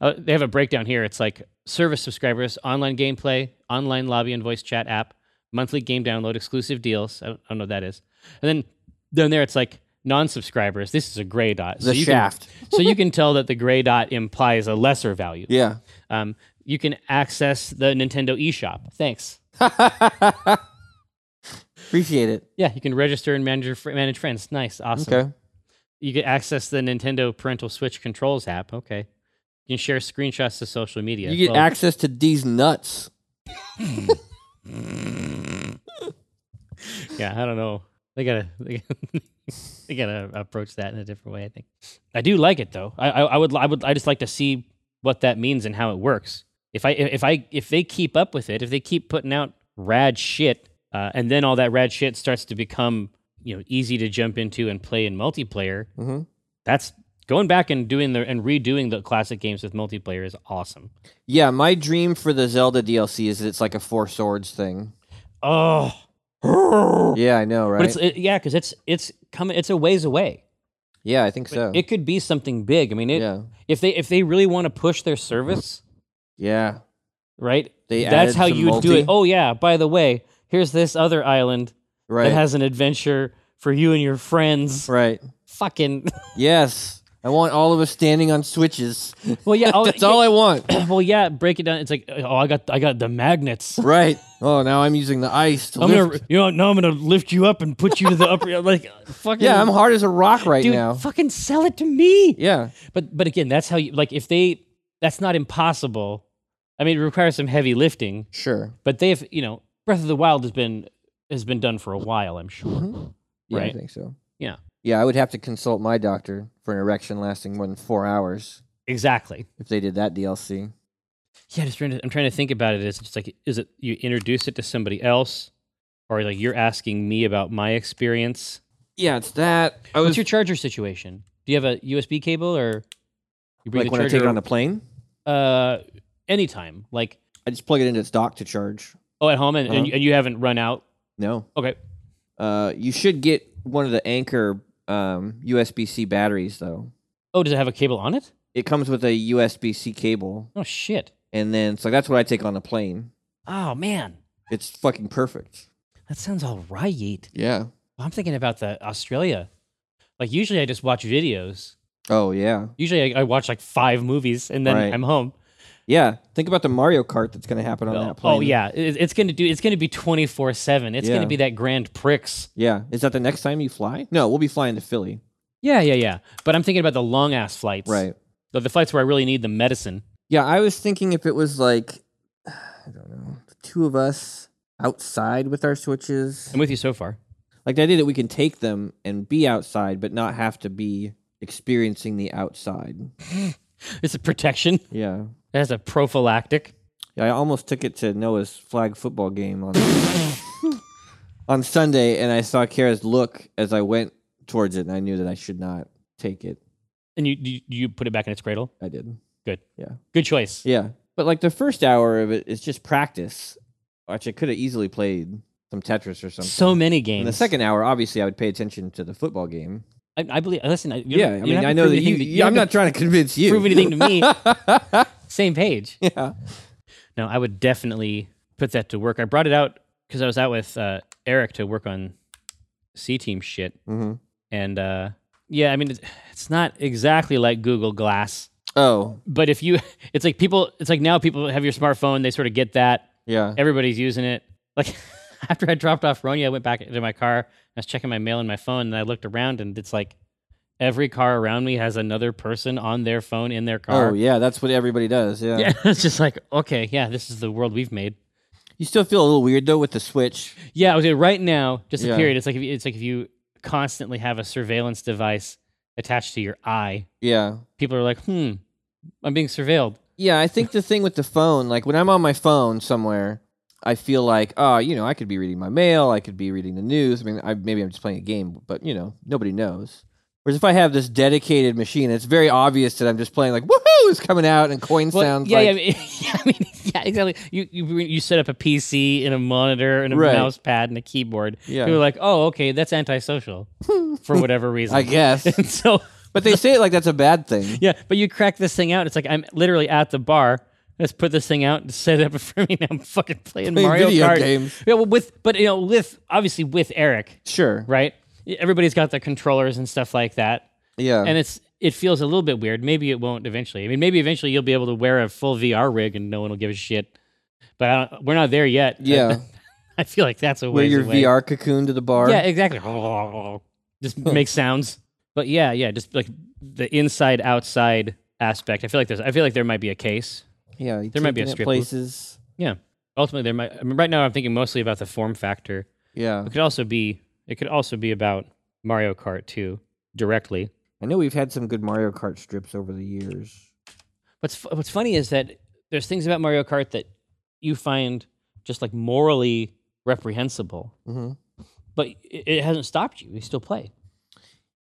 [SPEAKER 1] Uh, they have a breakdown here. It's like service subscribers, online gameplay, online lobby and voice chat app, monthly game download, exclusive deals. I don't, I don't know what that is. And then down there, it's like non-subscribers. This is a gray dot.
[SPEAKER 2] The
[SPEAKER 1] you can-
[SPEAKER 2] shaft.
[SPEAKER 1] so you can tell that the gray dot implies a lesser value.
[SPEAKER 2] Yeah.
[SPEAKER 1] Um, you can access the Nintendo eShop. Thanks.
[SPEAKER 2] Appreciate it.
[SPEAKER 1] Yeah, you can register and manage your fr- manage friends. Nice, awesome.
[SPEAKER 2] Okay.
[SPEAKER 1] You can access the Nintendo Parental Switch Controls app. Okay. You can share screenshots to social media.
[SPEAKER 2] You get
[SPEAKER 1] Well,
[SPEAKER 2] access to these nuts.
[SPEAKER 1] yeah, I don't know. They gotta they gotta, they gotta approach that in a different way. I think. I do like it though. I, I I would I would I just like to see what that means and how it works. If I if I if they keep up with it, if they keep putting out rad shit, uh, and then all that rad shit starts to become you know easy to jump into and play in multiplayer,
[SPEAKER 2] Mhm.
[SPEAKER 1] that's going back and doing the and redoing the classic games with multiplayer is awesome.
[SPEAKER 2] Yeah, my dream for the Zelda DLC is that it's like a four swords thing.
[SPEAKER 1] Oh,
[SPEAKER 2] Yeah, I know,
[SPEAKER 1] but
[SPEAKER 2] right?
[SPEAKER 1] it's it, yeah, because it's it's coming. It's a ways away.
[SPEAKER 2] yeah, I think so.
[SPEAKER 1] It could be something big. I mean, it,
[SPEAKER 2] yeah.
[SPEAKER 1] if they if they really want to push their service,
[SPEAKER 2] Yeah.
[SPEAKER 1] right?
[SPEAKER 2] They
[SPEAKER 1] that's
[SPEAKER 2] added
[SPEAKER 1] how
[SPEAKER 2] some
[SPEAKER 1] you would do
[SPEAKER 2] multi-
[SPEAKER 1] it. Oh yeah, by the way, here's this other island
[SPEAKER 2] Right.
[SPEAKER 1] that has an adventure for you and your friends.
[SPEAKER 2] right.
[SPEAKER 1] Fucking
[SPEAKER 2] Yes. I want all of us standing on switches.
[SPEAKER 1] well, yeah. Oh,
[SPEAKER 2] That's all I want.
[SPEAKER 1] yeah, well, yeah. Break it down. It's like oh, I got I got the magnets.
[SPEAKER 2] right. Oh, now I'm using the ice to
[SPEAKER 1] I'm
[SPEAKER 2] lift.
[SPEAKER 1] gonna you know now I'm gonna lift you up and put you to the upper like fucking
[SPEAKER 2] Yeah, I'm hard as a rock right
[SPEAKER 1] dude.
[SPEAKER 2] now.
[SPEAKER 1] Fucking sell it to me.
[SPEAKER 2] Yeah.
[SPEAKER 1] But but again, that's how you like if they that's not impossible. I mean, it requires some heavy lifting.
[SPEAKER 2] Sure.
[SPEAKER 1] but they've you know breath of the wild has been has been done for a while i'm sure
[SPEAKER 2] Mhm. Yeah,
[SPEAKER 1] Right.
[SPEAKER 2] I think so.
[SPEAKER 1] Yeah.
[SPEAKER 2] Yeah, I would have to consult my doctor for an erection lasting more than four hours
[SPEAKER 1] exactly
[SPEAKER 2] if they did that DLC.
[SPEAKER 1] yeah just trying to, i'm trying to think about it it's just like is it you introduce it to somebody else or like you're asking me about my experience
[SPEAKER 2] Yeah, it's that. I
[SPEAKER 1] what's your charger situation do you have a usb cable or you
[SPEAKER 2] like when I take it on the plane,
[SPEAKER 1] uh anytime like
[SPEAKER 2] I just plug it into its dock to charge.
[SPEAKER 1] oh at home and,
[SPEAKER 2] Uh-huh.
[SPEAKER 1] and, you, and you haven't run out
[SPEAKER 2] No.
[SPEAKER 1] okay
[SPEAKER 2] Uh, you should get one of the Anchor um, USB C batteries though.
[SPEAKER 1] oh does it have a cable on it
[SPEAKER 2] It comes with a USB C cable,
[SPEAKER 1] oh shit
[SPEAKER 2] and then so that's what I take on the plane.
[SPEAKER 1] oh man
[SPEAKER 2] It's fucking perfect.
[SPEAKER 1] that sounds all right
[SPEAKER 2] Yeah.
[SPEAKER 1] Well, I'm thinking about the Australia. Like usually I just watch videos.
[SPEAKER 2] Oh yeah.
[SPEAKER 1] Usually I, I watch like five movies and then
[SPEAKER 2] Right.
[SPEAKER 1] I'm home.
[SPEAKER 2] Yeah. Think about the Mario Kart that's gonna happen on
[SPEAKER 1] Oh,
[SPEAKER 2] that plane.
[SPEAKER 1] oh, yeah, it, it's gonna do. It's gonna be 24 seven. It's
[SPEAKER 2] Yeah.
[SPEAKER 1] gonna be that grand pricks.
[SPEAKER 2] Yeah. Is that the next time you fly? No, we'll be flying to Philly.
[SPEAKER 1] Yeah, yeah, yeah. But I'm thinking about the long ass flights.
[SPEAKER 2] Right.
[SPEAKER 1] The, the flights where I really need the medicine.
[SPEAKER 2] Yeah, I was thinking if it was like I don't know, two of us outside with our switches.
[SPEAKER 1] I'm with you so far.
[SPEAKER 2] Like the idea that we can take them and be outside, but not have to be experiencing the outside.
[SPEAKER 1] It's a protection.
[SPEAKER 2] Yeah.
[SPEAKER 1] It has a prophylactic.
[SPEAKER 2] Yeah, I almost took it to Noah's flag football game on on Sunday, and I saw Kara's look as I went towards it, and I knew that I should not take it.
[SPEAKER 1] And you, you you put it back in its cradle.
[SPEAKER 2] I did.
[SPEAKER 1] Good choice.
[SPEAKER 2] Yeah, but like the first hour of it is just practice, which I could have easily played some Tetris or something.
[SPEAKER 1] So many games.
[SPEAKER 2] in the second hour, obviously, I would pay attention to the football game.
[SPEAKER 1] I, I believe. Listen, I, you
[SPEAKER 2] yeah, I mean, I know that you. yeah, I'm not trying to convince you.
[SPEAKER 1] prove anything to me. Same page.
[SPEAKER 2] yeah.
[SPEAKER 1] No, I would definitely put that to work. I brought it out because I was out with uh, Eric to work on C Team shit,
[SPEAKER 2] hmm
[SPEAKER 1] and uh, yeah, I mean, it's, it's not exactly like Google Glass,
[SPEAKER 2] Oh,
[SPEAKER 1] but if you, it's like people, it's like now people have your smartphone, they sort of get that.
[SPEAKER 2] yeah.
[SPEAKER 1] Everybody's using it. Like after I dropped off Ronya, I went back into my car. I was checking my mail and my phone, and I looked around, and it's like every car around me has another person on their phone in their car.
[SPEAKER 2] Oh, yeah. That's what everybody does. Yeah.
[SPEAKER 1] yeah, it's just like okay, yeah, this is the world we've made.
[SPEAKER 2] You still feel a little weird though with the Switch.
[SPEAKER 1] Yeah, I was gonna- right now, just a
[SPEAKER 2] Yeah.
[SPEAKER 1] period. It's like if you, it's like if you constantly have a surveillance device attached to your eye,
[SPEAKER 2] Yeah.
[SPEAKER 1] people are like, "Hmm, I'm being surveilled."
[SPEAKER 2] Yeah, I think the thing with the phone, like when I'm on my phone somewhere, I feel like, oh, you know, I could be reading my mail, I could be reading the news. I mean, I, maybe I'm just playing a game, but you know, nobody knows. Whereas if I have this dedicated machine, it's very obvious that I'm just playing like woohoo is coming out and coin
[SPEAKER 1] Well,
[SPEAKER 2] sounds
[SPEAKER 1] yeah,
[SPEAKER 2] like
[SPEAKER 1] yeah, I mean, yeah, I mean, yeah, exactly. You, you you set up a PC and a monitor and a
[SPEAKER 2] Right.
[SPEAKER 1] mouse pad and a keyboard.
[SPEAKER 2] Yeah.
[SPEAKER 1] People are like, "Oh, okay, that's antisocial," for whatever reason.
[SPEAKER 2] I guess.
[SPEAKER 1] and so
[SPEAKER 2] but they say it like that's a bad thing.
[SPEAKER 1] yeah, but you crack this thing out. It's like I'm literally at the bar. Let's put this thing out and set it up in front of me. Now I'm fucking playing,
[SPEAKER 2] Playing
[SPEAKER 1] Mario
[SPEAKER 2] video
[SPEAKER 1] Kart.
[SPEAKER 2] games.
[SPEAKER 1] Yeah, well, with but you know, with obviously with Eric,
[SPEAKER 2] Sure.
[SPEAKER 1] right? Everybody's got their controllers and stuff like that,
[SPEAKER 2] Yeah.
[SPEAKER 1] and it's it feels a little bit weird. Maybe it won't eventually. I mean, maybe eventually you'll be able to wear a full VR rig and no one will give a shit. But I don't, we're not there yet.
[SPEAKER 2] yeah.
[SPEAKER 1] I feel like that's a
[SPEAKER 2] Wear
[SPEAKER 1] ways
[SPEAKER 2] your
[SPEAKER 1] away.
[SPEAKER 2] VR cocoon to the bar.
[SPEAKER 1] Yeah, exactly. Just make sounds. But yeah, yeah, just like the inside outside aspect. I feel like there's I feel like there might be a case.
[SPEAKER 2] Yeah. you
[SPEAKER 1] There might be a
[SPEAKER 2] taking it
[SPEAKER 1] strip booth.
[SPEAKER 2] places.
[SPEAKER 1] Ultimately there might I mean, right now I'm thinking mostly about the form factor.
[SPEAKER 2] Yeah.
[SPEAKER 1] It could also be it could also be about Mario Kart too directly.
[SPEAKER 2] I know we've had some good Mario Kart strips over the years.
[SPEAKER 1] What's fu- what's funny is that there's things about Mario Kart that you find just like morally reprehensible,
[SPEAKER 2] Mm-hmm.
[SPEAKER 1] but it, it hasn't stopped you. You still play.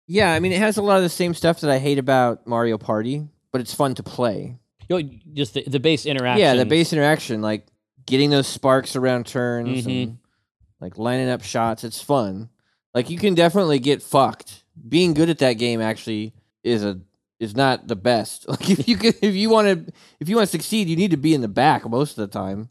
[SPEAKER 2] Yeah, I mean, it has a lot of the same stuff that I hate about Mario Party, but it's fun to play.
[SPEAKER 1] You know, just the, the base interaction.
[SPEAKER 2] Yeah, the base interaction, like getting those sparks around turns,
[SPEAKER 1] Mhm.
[SPEAKER 2] and, like lining up shots, it's fun. Like you can definitely get fucked. Being good at that game actually is a is not the best. Like if you could, if you want to if you want to succeed, you need to be in the back most of the time.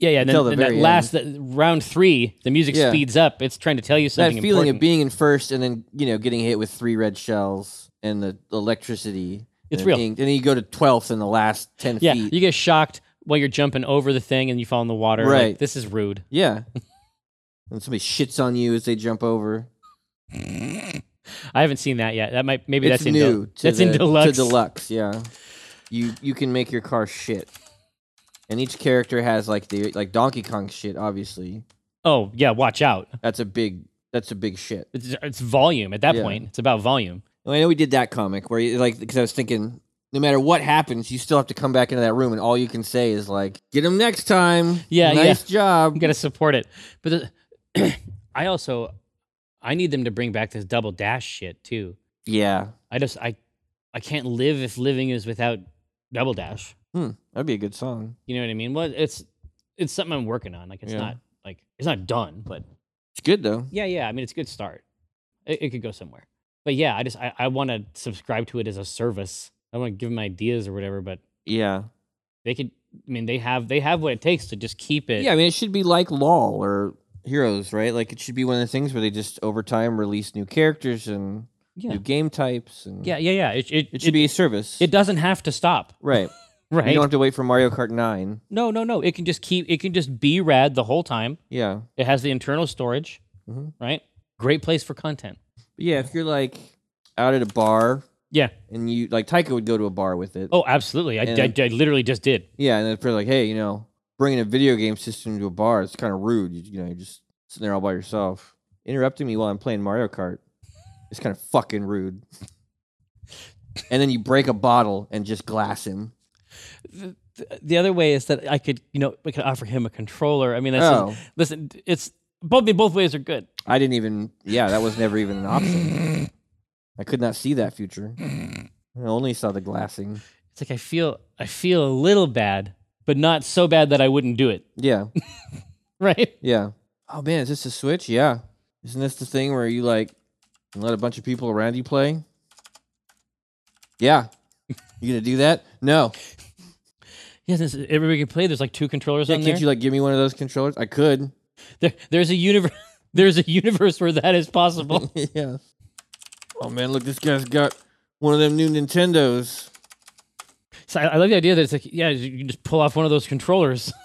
[SPEAKER 1] Yeah, yeah. And then,
[SPEAKER 2] Until the
[SPEAKER 1] then that
[SPEAKER 2] very
[SPEAKER 1] last that round three, the music
[SPEAKER 2] Yeah.
[SPEAKER 1] speeds up. It's trying to tell you something
[SPEAKER 2] that feeling
[SPEAKER 1] important.
[SPEAKER 2] of being in first and then you know getting hit with three red shells and the electricity.
[SPEAKER 1] It's
[SPEAKER 2] and
[SPEAKER 1] real.
[SPEAKER 2] ink- and then you go to twelfth in the last ten
[SPEAKER 1] yeah,
[SPEAKER 2] feet.
[SPEAKER 1] you get shocked while you're jumping over the thing and you fall in the water. Like,
[SPEAKER 2] Right.
[SPEAKER 1] this is rude.
[SPEAKER 2] Yeah. and somebody shits on you as they jump over.
[SPEAKER 1] I haven't seen that yet. That might maybe
[SPEAKER 2] it's
[SPEAKER 1] that's in Del-
[SPEAKER 2] new. to
[SPEAKER 1] that's
[SPEAKER 2] the,
[SPEAKER 1] in deluxe.
[SPEAKER 2] To deluxe, yeah. You you can make your car shit. And each character has like the like Donkey Kong shit, obviously.
[SPEAKER 1] Oh yeah, watch out.
[SPEAKER 2] That's a big that's a big shit.
[SPEAKER 1] It's, it's volume at that
[SPEAKER 2] Yeah.
[SPEAKER 1] point. It's about volume.
[SPEAKER 2] I know we did that comic where you like because I was thinking no matter what happens, you still have to come back into that room and all you can say is like, get him next time.
[SPEAKER 1] Yeah, yeah.
[SPEAKER 2] Nice job.
[SPEAKER 1] I'm gonna support it. But the, I also I need them to bring back this double dash shit too.
[SPEAKER 2] Yeah.
[SPEAKER 1] I just I I can't live if living is without double dash.
[SPEAKER 2] That'd be a good song.
[SPEAKER 1] You know what I mean? Well, it's it's something I'm working on. Like it's
[SPEAKER 2] Yeah.
[SPEAKER 1] not like it's not done, but
[SPEAKER 2] It's good though.
[SPEAKER 1] yeah, yeah. I mean, it's a good start. It, it could go somewhere. But yeah, I just I, I want to subscribe to it as a service. I want to give them ideas or whatever, but
[SPEAKER 2] Yeah.
[SPEAKER 1] they could. I mean, they have they have what it takes to just keep it.
[SPEAKER 2] Yeah, I mean, it should be like LOL or Heroes, right? Like it should be one of the things where they just over time release new characters and
[SPEAKER 1] yeah,
[SPEAKER 2] new game types, and
[SPEAKER 1] yeah, yeah. yeah. It it
[SPEAKER 2] it should be a service,
[SPEAKER 1] It doesn't have to stop,
[SPEAKER 2] right? You
[SPEAKER 1] right?
[SPEAKER 2] don't have to wait for Mario Kart Nine.
[SPEAKER 1] No, no, no. It can just keep. It can just be rad the whole time.
[SPEAKER 2] Yeah,
[SPEAKER 1] It has the internal storage,
[SPEAKER 2] Mhm.
[SPEAKER 1] right? Great place for content.
[SPEAKER 2] but yeah. If you're like out at a bar
[SPEAKER 1] Yeah.
[SPEAKER 2] and you like Taika would go to a bar with it,
[SPEAKER 1] Oh, absolutely. I,
[SPEAKER 2] And-
[SPEAKER 1] I, I literally just did.
[SPEAKER 2] yeah, and then if you're like, hey, you know, bringing a video game system to a bar. It's kind of rude. You, you know, you're just sitting there all by yourself, interrupting me while I'm playing Mario Kart. It's kind of fucking rude. And then you break a bottle and just glass him.
[SPEAKER 1] The, the other way is that I could, you know, we could offer him a controller. I mean, that's
[SPEAKER 2] Oh,
[SPEAKER 1] listen, it's both both ways are good.
[SPEAKER 2] I didn't even. Yeah, that was never even an option. I could not see that future. I only saw the glassing.
[SPEAKER 1] It's like I feel I feel a little bad, but not so bad that I wouldn't do it.
[SPEAKER 2] Yeah,
[SPEAKER 1] Right?
[SPEAKER 2] yeah. Oh man, is this a Switch? Yeah. Isn't this the thing where you like let a bunch of people around you play? Yeah. You gonna do that? No.
[SPEAKER 1] Yes, it's- everybody can play. There's like two controllers
[SPEAKER 2] Yeah,
[SPEAKER 1] on
[SPEAKER 2] can't
[SPEAKER 1] there.
[SPEAKER 2] you like give me one of those controllers? I could.
[SPEAKER 1] there. There's a universe. There's a universe where that is possible.
[SPEAKER 2] yeah. Oh man, look, this guy's got one of them new Nintendos.
[SPEAKER 1] so I, I love the idea that it's like, yeah, you can just pull off one of those controllers.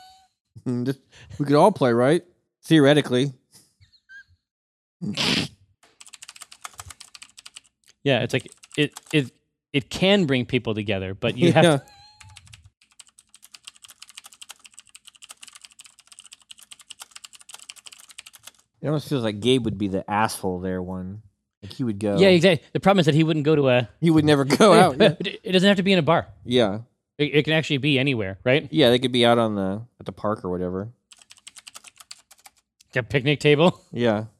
[SPEAKER 2] Hmm, this- we could all play, right? Theoretically.
[SPEAKER 1] Yeah, it's like it it it can bring people together, but you have
[SPEAKER 2] Yeah.
[SPEAKER 1] to,
[SPEAKER 2] It almost feels like Gabe would be the asshole there one. Like he would go.
[SPEAKER 1] yeah, exactly. The problem is that he wouldn't go to a.
[SPEAKER 2] he would never go out. Oh, Yeah.
[SPEAKER 1] It it doesn't have to be in a bar.
[SPEAKER 2] yeah.
[SPEAKER 1] It, it can actually be anywhere, right?
[SPEAKER 2] Yeah, they could be out on the at the park or whatever.
[SPEAKER 1] Like a picnic table.
[SPEAKER 2] Yeah.